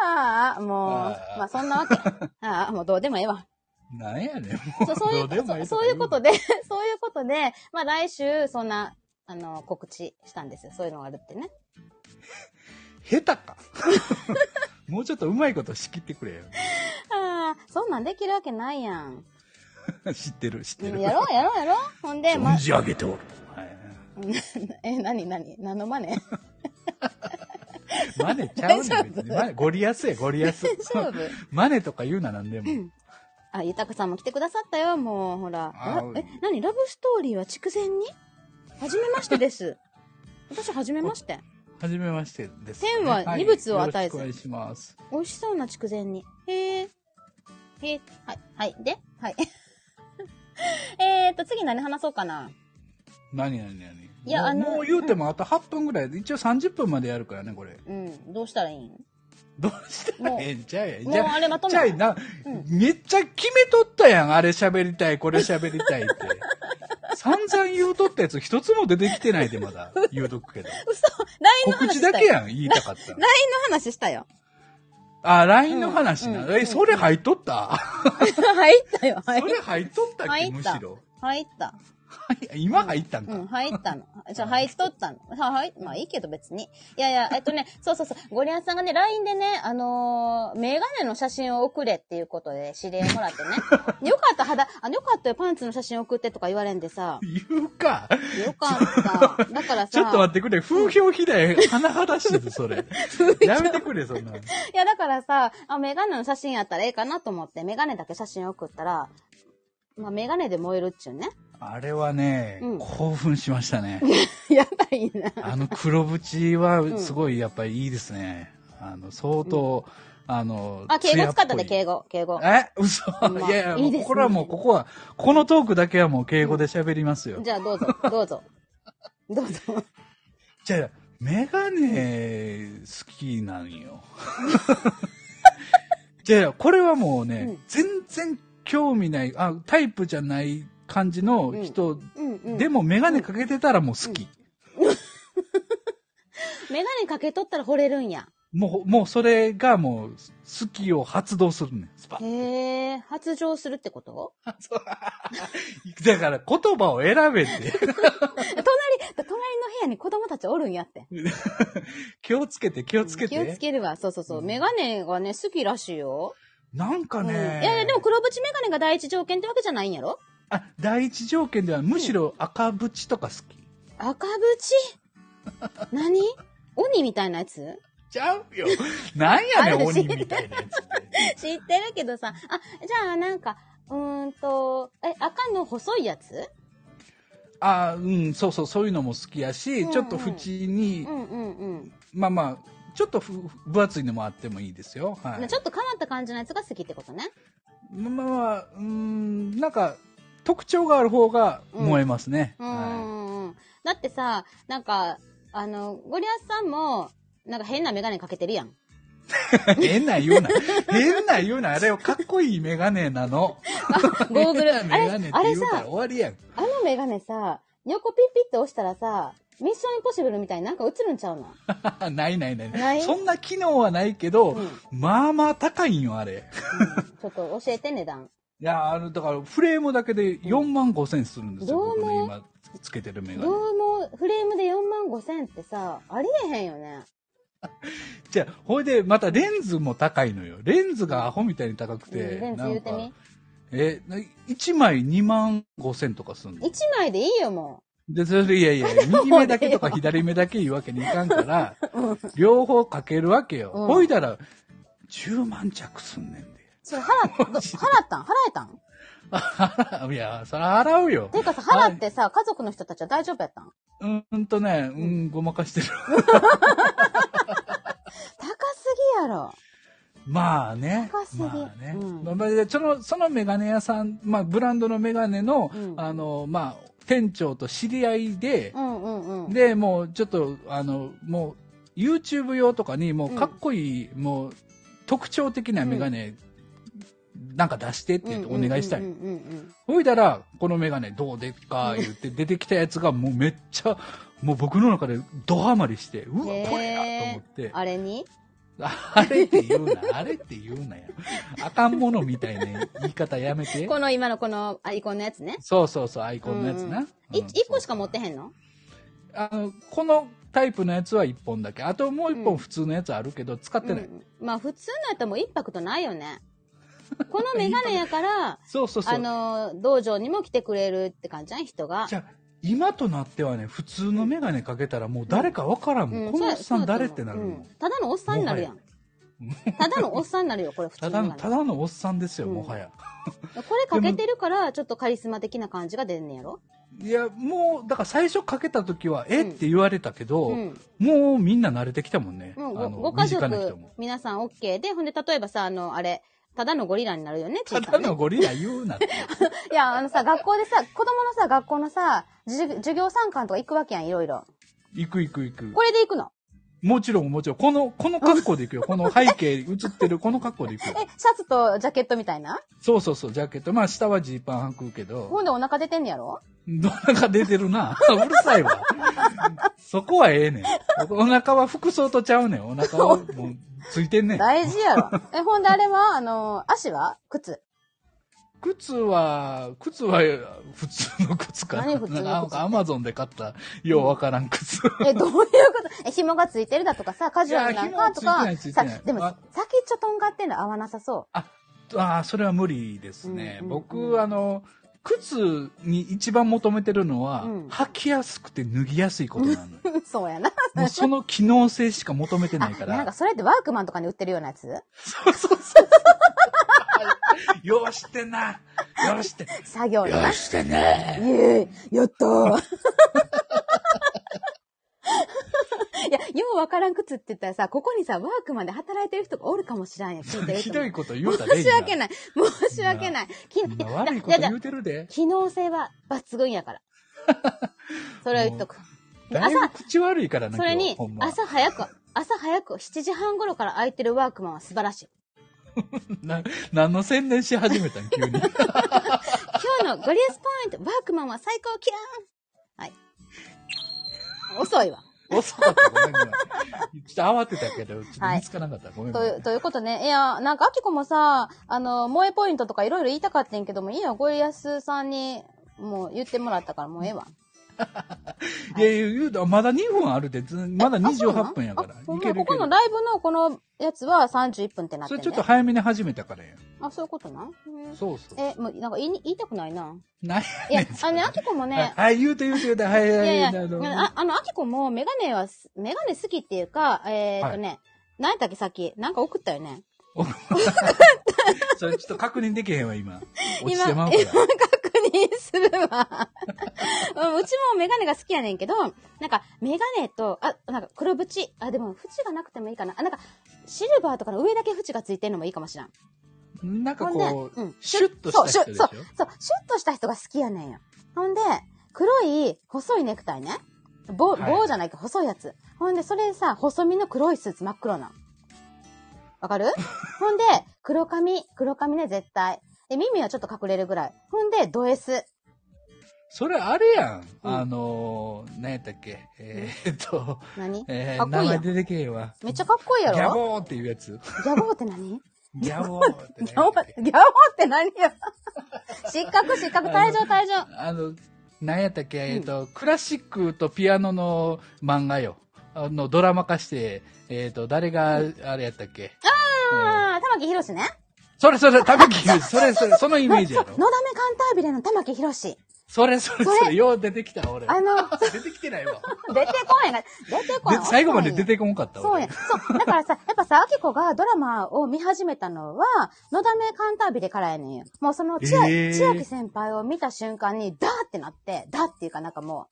Speaker 1: ああ、もう、
Speaker 2: ああ
Speaker 1: まあそんな わけ。ああ、もうどうでもええわ。
Speaker 2: なんやねん、
Speaker 1: そ
Speaker 2: も
Speaker 1: うそういう
Speaker 2: どでもええ
Speaker 1: そうそういうこと
Speaker 2: か
Speaker 1: で、 そういうことで、まあ来週、そんな、あの、告知したんですよ。そういうのがあるってね。
Speaker 2: 言う下手か。 もうちょっとうまいこと仕切ってくれよ。
Speaker 1: ああ、そんなんできるわけないやん。
Speaker 2: 知ってる、知っ
Speaker 1: う
Speaker 2: て
Speaker 1: ん
Speaker 2: る。
Speaker 1: やろうやろうやろう。ほんで、ま
Speaker 2: 存、じ上げておる。はい
Speaker 1: え、なになに何のマネ
Speaker 2: マネちゃう
Speaker 1: 大丈
Speaker 2: ねん
Speaker 1: 夫
Speaker 2: 別に。マネ、ゴリアスや、ゴリアス。
Speaker 1: 大丈夫
Speaker 2: マネとか言うな、なんでも。
Speaker 1: あ、ゆたこさんも来てくださったよ、もう、ほら。あ
Speaker 2: あ
Speaker 1: え、なにラブストーリーは筑前にはじめましてです。私、はじめまして。
Speaker 2: はじめましてです。
Speaker 1: 天は
Speaker 2: は
Speaker 1: 二
Speaker 2: い
Speaker 1: 物を与えず
Speaker 2: よろしくお願いします。
Speaker 1: 美味しそうな筑前煮。へえ。へえ。はい。はい。ではい。 えーっと、次何話そうかな。
Speaker 2: 何何何
Speaker 1: いや
Speaker 2: もう
Speaker 1: あの
Speaker 2: もう言うてもあと8分ぐらいで、一応30分までやるからね、これ。
Speaker 1: うん。どうしたらいいん
Speaker 2: どうしたらええんちゃうやん。
Speaker 1: もう
Speaker 2: じゃ
Speaker 1: もうあれまとめ
Speaker 2: じゃあ な、めっちゃ決めとったやん。あれ喋りたい、これ喋りたいって。散々言うとったやつ一つも出てきてないでま だ言うとくけど。
Speaker 1: 嘘 !LINE の
Speaker 2: 告
Speaker 1: 話
Speaker 2: 知
Speaker 1: した
Speaker 2: だ
Speaker 1: よ。
Speaker 2: けやん、言いたかった
Speaker 1: LINE
Speaker 2: の
Speaker 1: の話したよ。
Speaker 2: あ、LINE の話
Speaker 1: う
Speaker 2: な。
Speaker 1: ん
Speaker 2: え、それ入っとった
Speaker 1: 入ったよ、入
Speaker 2: そ
Speaker 1: っ。
Speaker 2: れ入っとったったけ
Speaker 1: 入
Speaker 2: む
Speaker 1: っ
Speaker 2: したろ。。
Speaker 1: 入った。
Speaker 2: はい今入ったん
Speaker 1: うん、
Speaker 2: か。
Speaker 1: 入ったの。じゃ入っとったの。は、はい。まあいいけど別に。いやいや、えっとね、そうそうそう。ゴリアンさんがね、LINE でね、あのー、メガネの写真を送れっていうことで指令もら ってね。よかった、肌、あ、よかったよ、パンツの写真送ってとか言われんでさ。
Speaker 2: 言うか。
Speaker 1: よかった。だからさ。
Speaker 2: ちょっと待ってくれ。風評被害、甚だしいぞ、そ れ。やめてくれ、そんなの。
Speaker 1: いや、だからさ、あ、メガネの写真やったらええかなと思って、メガネだけ写真送ったら、まあ、メガネで燃えるっちゅうね。
Speaker 2: あれはね、
Speaker 1: うん
Speaker 2: 興奮しましたね。
Speaker 1: やばいな。
Speaker 2: あの黒縁は
Speaker 1: ん
Speaker 2: すごいやっぱりいいですね。あの、相当、あの、
Speaker 1: あ、敬語使ったで、
Speaker 2: 艶ぽい
Speaker 1: 敬語、敬語。
Speaker 2: え嘘、
Speaker 1: んま
Speaker 2: いやいや、
Speaker 1: いいですね
Speaker 2: もうこれはもう、ここは、このトークだけはもう敬語で喋りますよ。
Speaker 1: じゃあ、どうぞ、どうぞ。 どうぞ。
Speaker 2: じゃあ、メガネ好きなん よ。じゃあ、これはもうね、
Speaker 1: うん
Speaker 2: 全然興味ない、あ、タイプじゃない感じの
Speaker 1: う
Speaker 2: 人、
Speaker 1: んうん。
Speaker 2: でもメガネかけてたらもう好き。
Speaker 1: メガネかけとったら惚れるんや。
Speaker 2: もう、もうそれがもう、好きを発動するねん。スパッ
Speaker 1: へえ、発情するってこと
Speaker 2: だから言葉を選べって。
Speaker 1: 隣、隣の部屋に子供たちおるんやって。
Speaker 2: 気をつけて、気をつけ
Speaker 1: 気をつ
Speaker 2: て。
Speaker 1: けるわ。そうそうそう。
Speaker 2: うん
Speaker 1: メガネがね、好きらしいよ。
Speaker 2: なんかね、
Speaker 1: うんいやいや、でも黒縁メガネが第一条件ってわけじゃないんやろ
Speaker 2: あ、第一条件ではむしろ赤縁とか好き。
Speaker 1: 赤縁何鬼みたいなやつ
Speaker 2: ちゃうよ。なんやねん、
Speaker 1: あれ
Speaker 2: 鬼みたいなやつって。
Speaker 1: 知ってるけどさ。あ、じゃあなんか、うーんと、え、赤の細いやつ
Speaker 2: あうん、そうそう、そういうのも好きやし、
Speaker 1: うんうん
Speaker 2: ちょっと縁
Speaker 1: う
Speaker 2: に、
Speaker 1: んうんうん。
Speaker 2: まあまあ、ちょっとふ分厚いのもあってもいいですよ。はい。
Speaker 1: ちょっと変わった感じのやつが好きってことね。
Speaker 2: まあまあまあ、うん、なんか、特徴がある方が燃えますね。
Speaker 1: う
Speaker 2: は
Speaker 1: ーん。だってさ、なんか、あの、ゴリアスさんも、なんか変なメガネかけてるや ん。
Speaker 2: い。 変な言うな。変な言うな。あれはかっこいいメガネなの。
Speaker 1: ゴーグル。あ
Speaker 2: 変なメ
Speaker 1: れ、
Speaker 2: ガネって
Speaker 1: あれ
Speaker 2: 言うたら
Speaker 1: さ
Speaker 2: 終、わりやん。
Speaker 1: あのメガネさ、横ピッピッと押したらさ、ミッションインポッシブルみたいになんか映るんちゃうの
Speaker 2: ないないない
Speaker 1: ない
Speaker 2: そんな機能はないけど、
Speaker 1: う
Speaker 2: まあまあ高いんよ、あれ。
Speaker 1: ちょっと教えて値段。
Speaker 2: いや、あの、だからフレームだけで4万5千するんですよ、
Speaker 1: どうも
Speaker 2: 僕の今つけてるメガネ
Speaker 1: ど。うも、フレームで4万5千ってさ、ありえへんよね。
Speaker 2: じゃあ、ほいで、またレンズも高いのよ。レンズがアホみたいに高く
Speaker 1: うん、
Speaker 2: て、
Speaker 1: レンズ
Speaker 2: な
Speaker 1: 言
Speaker 2: ん
Speaker 1: うてみ
Speaker 2: か、。え、な1枚2万5千とかするの。
Speaker 1: 1枚でいいよ、も
Speaker 2: で、それで、いやいや、右目だけとか左目だけ言うわけにいか んから、両方かけるわけよ。
Speaker 1: うん
Speaker 2: ほいだら、10万着すんねんで。
Speaker 1: う。それ払 っ、ど払ったん払えたん
Speaker 2: あ いや、それ払うよ
Speaker 1: て。いうかさ、払ってさ、家族の人たちは大丈夫やったん
Speaker 2: うーんとね、うん、ごまかしてる。
Speaker 1: 高すぎやろ。
Speaker 2: まあね
Speaker 1: 高す。ぎ
Speaker 2: まあね。
Speaker 1: うん
Speaker 2: まあまあ、その、そのメガネ屋さん、まあ、ブランドのメガネの、
Speaker 1: うん
Speaker 2: あの、まあ、店長と知り合いで
Speaker 1: う、んうんうん。
Speaker 2: で、もう、ちょっと、あの、もう、YouTube 用とかに、もう、
Speaker 1: うん
Speaker 2: かっこいい、もう、特徴的なメガネ、なんか出してって言ってお願いしたい。
Speaker 1: うんうんうん
Speaker 2: ほいだら、このメガネどうでっか言って出てきたやつがもうめっちゃ、もう僕の中でドハマりして、う
Speaker 1: う
Speaker 2: わ、
Speaker 1: ん
Speaker 2: こ
Speaker 1: へー
Speaker 2: れやと思って、
Speaker 1: あれに
Speaker 2: あれって言うな、あれって言うなよ。あかんものみたいな言い方やめて。
Speaker 1: この今のこのアイコンのやつね。
Speaker 2: そうそうそう、アイコンのやつな。
Speaker 1: い
Speaker 2: うん
Speaker 1: 一個しか持ってへんの
Speaker 2: あの、このタイプのやつは一本だけ。あともう一
Speaker 1: う
Speaker 2: 本
Speaker 1: ん
Speaker 2: 普通のやつあるけど、使ってない。
Speaker 1: うんまあ普通のやったらもうインパクトないよね。このメガネやから、
Speaker 2: そう そうそう。
Speaker 1: あの、道場にも来てくれるって感じじゃん、人が
Speaker 2: じ。ゃあ今となってはね、普通のメガネかけたらもう誰かわからんもん。
Speaker 1: うん
Speaker 2: このおっさ
Speaker 1: そ
Speaker 2: ん
Speaker 1: うだと
Speaker 2: 誰
Speaker 1: 思う
Speaker 2: ってなるも。
Speaker 1: うんただのおっさんになるやん。ただのおっさんになるよ、これ普通
Speaker 2: た
Speaker 1: の
Speaker 2: だ
Speaker 1: メ
Speaker 2: の、
Speaker 1: ガネ。
Speaker 2: ただのおっさんですよ、
Speaker 1: うん
Speaker 2: もはや。
Speaker 1: これかけてるから、ちょっとカリスマ的な感じが出んねやろ
Speaker 2: いや、もう、だから最初かけた時は、えって言われたけど、
Speaker 1: うん。
Speaker 2: もうみんな慣れてきたもんね。
Speaker 1: もう
Speaker 2: あ
Speaker 1: ご
Speaker 2: の
Speaker 1: ご家
Speaker 2: 身近な人
Speaker 1: 族
Speaker 2: も。
Speaker 1: 皆さん OK で、ほんで例えばさ、あの、あれ、ただのゴリラになるよね、ち
Speaker 2: た
Speaker 1: いさ
Speaker 2: だ
Speaker 1: んね
Speaker 2: のゴリラ言うなって。
Speaker 1: いや、あのさ、学校でさ、子供のさ、学校のさ、じゅ授業参観とか行くわけやん、いろいろ。
Speaker 2: 行く行く行く
Speaker 1: こ。れで行くの。
Speaker 2: もちろん、もちろん。この、この格好 で行くよ。この背景映ってる、この格好で行く
Speaker 1: え
Speaker 2: よ。、
Speaker 1: シャツとジャケットみたいな
Speaker 2: そうそうそう、ジャケット。まあ、下はジーパン履くけど、
Speaker 1: ほんでお腹出てんねやろ
Speaker 2: お腹出てるな。 うるさいわ。そこはええねん。お腹は服装とちゃうねん。お腹はもう、ついてんねん。
Speaker 1: 大事やろ。え、ほんであれは、あの、足は靴。
Speaker 2: 靴は、靴は普通の靴かな。
Speaker 1: 何普通の靴
Speaker 2: なんかアマゾンで買った、ようわからん靴。
Speaker 1: え、どういうことえ、紐がついてるだとかさ、カジュアルなんかとか
Speaker 2: いや紐はついて
Speaker 1: さ
Speaker 2: ないついてない、
Speaker 1: でも
Speaker 2: あ、
Speaker 1: 先っちょとんがってんの合わなさそ
Speaker 2: ああ、それは無理ですね。
Speaker 1: うんうんうん
Speaker 2: 僕、あの、靴に一番求めてるのは、
Speaker 1: うん
Speaker 2: 履きやすくて脱ぎやすいことなのよ。
Speaker 1: う。そう やな。
Speaker 2: もうその機能性しか求めて
Speaker 1: あ、
Speaker 2: ないから。
Speaker 1: なんかそれってワークマンとかに売ってるようなやつ
Speaker 2: そうそうそう。よう知ってんな。よう知ってん。
Speaker 1: 作業のな。イ
Speaker 2: してんね。
Speaker 1: エーイやったー いや、ようわからん靴って言ったらさ、ここにさ、ワークマンで働いてる人がおるかもしらんやん。聞いてる
Speaker 2: ひ
Speaker 1: 人
Speaker 2: ど
Speaker 1: も
Speaker 2: いこと言うたで。
Speaker 1: 申し訳
Speaker 2: い。
Speaker 1: ない。申し訳ない。き
Speaker 2: 今悪いこ
Speaker 1: や
Speaker 2: と
Speaker 1: だ
Speaker 2: 言うてるで。
Speaker 1: 機能性は抜群や から。それを言っとく。
Speaker 2: だいぶ口悪いからな、
Speaker 1: それ
Speaker 2: 今
Speaker 1: に
Speaker 2: 日ほん、ま
Speaker 1: 朝早く、朝早く、7時半頃から空いてるワークマンは素晴らしい。
Speaker 2: な、何の宣伝し始めたん急に。
Speaker 1: 今日のゴリエスポイント、ワークマンは最高キラーンはい。遅いわ。
Speaker 2: 遅かった、ごめんごめん。ちょっと慌てたけど、ちょっと見つからなかった。ごめんご
Speaker 1: と
Speaker 2: め
Speaker 1: い
Speaker 2: ん
Speaker 1: う、ということね。いや、なんか、アキコもさ、あの、萌えポイントとかいろいろ言いたかってんけども、いいよ、ゴリエスさんに、もう言ってもらったから、もうええわ。
Speaker 2: いやいや、言うと、まだ2分あるで、ずまだ28分やから。
Speaker 1: あ
Speaker 2: い
Speaker 1: ほんま
Speaker 2: けるい
Speaker 1: こ
Speaker 2: け
Speaker 1: この
Speaker 2: る。
Speaker 1: ライブのこのやつは31分ってなって
Speaker 2: そ
Speaker 1: んね
Speaker 2: れちょっと早めに始めたからや。
Speaker 1: あ、そういうことなんうん
Speaker 2: そうそう。
Speaker 1: え、もう、なんか言いに言いたくないな。
Speaker 2: ない
Speaker 1: い や、あのね、アキコもね、
Speaker 2: はい、言うて言うて言うて、はい
Speaker 1: い
Speaker 2: はい
Speaker 1: やいや、
Speaker 2: はいあの
Speaker 1: ああの、アキコもメガネはす、メガネ好きっていうか、えー、っとね、何やったっけさっき、なんか送ったよね。
Speaker 2: それちょっと確認できへんわ、今。落ち
Speaker 1: 今、
Speaker 2: て
Speaker 1: 今
Speaker 2: まう
Speaker 1: 確
Speaker 2: から。
Speaker 1: 認するわ。 うんうちもメガネが好きやねんけど、なんか、メガネと、あ、なんか黒縁。あ、でも、縁がなくてもいいかな。あ、なんか、シルバーとかの上だけ縁がついてるのもいいかもしらん。
Speaker 2: なんか
Speaker 1: ほんで、
Speaker 2: こ
Speaker 1: う
Speaker 2: う、
Speaker 1: ん。
Speaker 2: シュッとした人でし
Speaker 1: そ
Speaker 2: ょ
Speaker 1: う、シュッ、そう、そう、シュッとした人が好きやねんよ。ほんで、黒い、細いネクタイね。棒、
Speaker 2: はい
Speaker 1: 棒じゃないけど、細いやつ。ほんで、それさ、細身の黒いスーツ真っ黒なん。わ かるほんで、黒髪、黒髪ね、絶対。で、耳はちょっと隠れるぐらい。ほんで、ド S。
Speaker 2: それあれやん。あのー、何やったっけえーっと、
Speaker 1: 何
Speaker 2: え
Speaker 1: か
Speaker 2: ー、
Speaker 1: っこ
Speaker 2: 名
Speaker 1: いいや
Speaker 2: 前
Speaker 1: ん
Speaker 2: 出てけへんわ。
Speaker 1: めっちゃかっこいい
Speaker 2: ギ
Speaker 1: やろ
Speaker 2: ャボーっていうやつ。
Speaker 1: ギャボーって何
Speaker 2: ギャボーって、ね。
Speaker 1: ギャボー、ギャボーって何よ失格、失格、退場、退場。
Speaker 2: あの、何やったっけ、えっと、クラシックとピアノの漫画よ。あの、ドラマ化して、えっ、と、誰が、あれやったっけ。
Speaker 1: あー、玉木宏ね。
Speaker 2: それそれ、玉木 宏、それそれ、そのイメージや
Speaker 1: のだ
Speaker 2: ろ
Speaker 1: め。カンタービレの玉木宏。
Speaker 2: それそれ
Speaker 1: それ
Speaker 2: それ、よう出てきた、俺。
Speaker 1: あの、
Speaker 2: 出てきてないわ。
Speaker 1: 出てこないな。出てこ
Speaker 2: で
Speaker 1: ない。
Speaker 2: 最後まで出てこんかった
Speaker 1: そう
Speaker 2: わ
Speaker 1: や。。そう。だからさ、 やっぱさ、アキコがドラマを見始めたのは、のだめカンタービレからやねんよ。もうその千秋、
Speaker 2: えー
Speaker 1: 千秋先輩を見た瞬間に、ダーってなって、ダーっていうかなんかも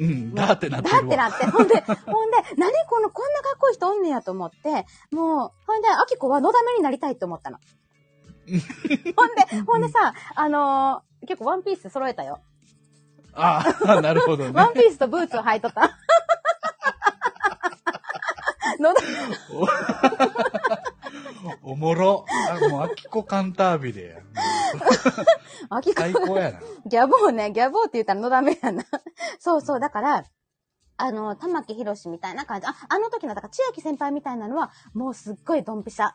Speaker 2: うん、
Speaker 1: う。
Speaker 2: だーってなって
Speaker 1: ダー
Speaker 2: る
Speaker 1: ってな
Speaker 2: わ。
Speaker 1: って、ほ んで、ほんで、何この、こんなかっこいい人おんねやと思って、もう、ほんで、アキコはのだめになりたいと思 ったの。ほんで、ほんでさ、あのー結構ワンピース揃えたよ。
Speaker 2: ああ、 なるほどね
Speaker 1: ワ。ンピースとブーツを履いとった。 のだ
Speaker 2: おおもろ。あもう、アキコカンタービレや。もう
Speaker 1: アキコ、
Speaker 2: 最高やな。
Speaker 1: ギャボーね、ギャボーって言ったらのだめやな。そうそう、だから、あの、玉木宏みたいな感じ。あ、あの時の、だから千秋先輩みたいなのは、もうすっごいドンピシャ。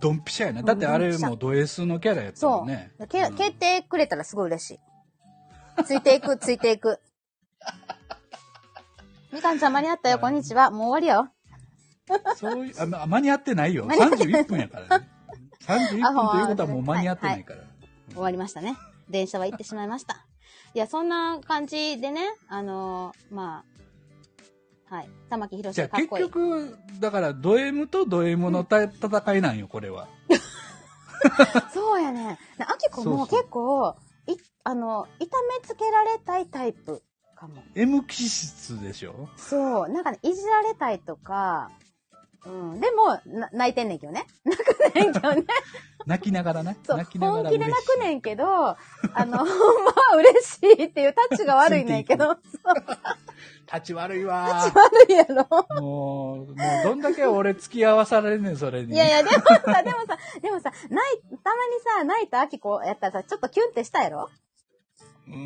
Speaker 2: ドンピシャやな。だってあれもうド S のキャラやった
Speaker 1: そ
Speaker 2: もん
Speaker 1: う。
Speaker 2: ね。
Speaker 1: け、蹴ってくれたらすごい嬉しい。ついていく、ついていく。みかんちゃん間に合ったよ、こんにちは。もう終わりやよ。
Speaker 2: そういう、あま、間に合ってないよ。
Speaker 1: 間に合って
Speaker 2: 31分やからね。31分ということはもう間に合ってないから。
Speaker 1: 終わりましたね。電車は行ってしまいました。いや、そんな感じでね、あのーまあ、はい。玉木
Speaker 2: じゃあ
Speaker 1: 宏かっ
Speaker 2: 結
Speaker 1: こいい。
Speaker 2: 局、だからド M とド M のた戦いなんよ、これは。
Speaker 1: そうやね。なあきこも
Speaker 2: そうそう
Speaker 1: 結構、い、あの、痛めつけられたいタイプかも。
Speaker 2: M 気質でしょ
Speaker 1: そう。なんかね、いじられたいとか、うん。でも、な泣いてんねんけどね。 泣くねんけどね。
Speaker 2: 泣きながらね。
Speaker 1: そう。
Speaker 2: 泣きなが
Speaker 1: 本
Speaker 2: ら
Speaker 1: 気
Speaker 2: 嬉
Speaker 1: で
Speaker 2: しい。
Speaker 1: 泣くねん けど、あの、ほんまは嬉しいっていうタッチが悪いねんけど、そう。
Speaker 2: 立ち悪いわ
Speaker 1: ち悪いやろ。
Speaker 2: ー。もう、もうどんだけ俺付き合わされんねん、それに。
Speaker 1: いやいや、でもさ、でもさ、でもさ、ない、たまにさ、泣いた秋子やったらさ、ちょっとキュンってしたや ろ
Speaker 2: うーん、う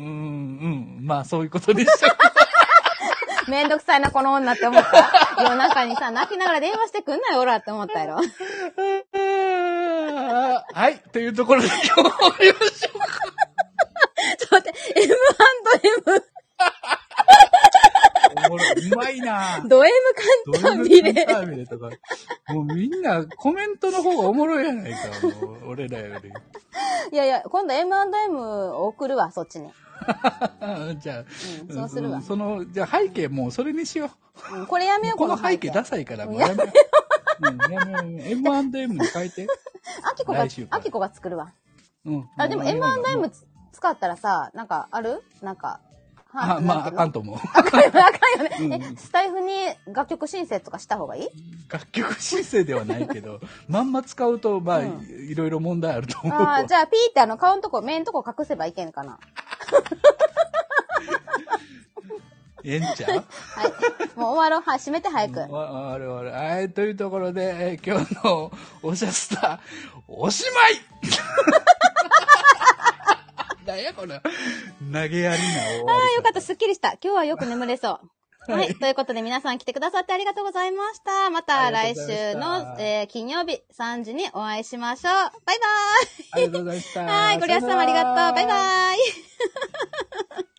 Speaker 2: ん。まあ、そういうことでした。
Speaker 1: めんどくさいな、この女って思った。夜中にさ、泣きながら電話してくんないおらって思ったやろ。
Speaker 2: はい、というところで今 日終わりましょう。
Speaker 1: ちょっと待って、M&M、
Speaker 2: おもろいうまいな
Speaker 1: ド M
Speaker 2: ド
Speaker 1: カンタ
Speaker 2: ラム
Speaker 1: ビ
Speaker 2: カンタ
Speaker 1: レ。
Speaker 2: ービレとか。もうみんなコメントの方がおもろいやないか。もう俺らより。
Speaker 1: いやいや、今度 M&M を送るわ、そっちに。
Speaker 2: じゃあ、
Speaker 1: うんそうするわ
Speaker 2: んその、じゃあ背景もうそれにしよ
Speaker 1: うん、これやめよ
Speaker 2: う。
Speaker 1: う、
Speaker 2: この背景ダサいからもうやめよう。うん、やめようやめよう。M&M に変えて。
Speaker 1: あきこが
Speaker 2: 来週、から
Speaker 1: あきこが作るわ。
Speaker 2: うん。
Speaker 1: あ、でも
Speaker 2: う
Speaker 1: M&M つ使ったらさ、なんかあるなんか。
Speaker 2: あ、まあ、あかんと思う。
Speaker 1: あかんよね、あかんよ
Speaker 2: う
Speaker 1: ね。え、スタイフに楽曲申請とかした方がいい
Speaker 2: 楽曲申請ではないけど、まんま使うと、まあ、
Speaker 1: うん
Speaker 2: いろいろ問題あると思うわ。
Speaker 1: ああ、じゃあ、ピーってあの、顔のとこ、目のとこ隠せばいけんかな。
Speaker 2: ええんちゃう
Speaker 1: はい。もう終わろう。はい、閉めて早く。
Speaker 2: わあれあれ。はい、というところで、えー今日のおしゃスタ、おしまいなんやこの、投げやりな終わ
Speaker 1: ああ、よかった。すっきりした。今日はよく眠れそう。
Speaker 2: は
Speaker 1: はいい。ということで皆さん来てくださってありがとうございました。また
Speaker 2: あり
Speaker 1: 来
Speaker 2: がとうござい
Speaker 1: 週
Speaker 2: ました
Speaker 1: の、えー金曜日3時にお会いしましょう。バイバ
Speaker 2: り。ありがとうございまし
Speaker 1: ーイ
Speaker 2: た。
Speaker 1: はい。ご利用様ありがとう。バイ
Speaker 2: イ
Speaker 1: バーイ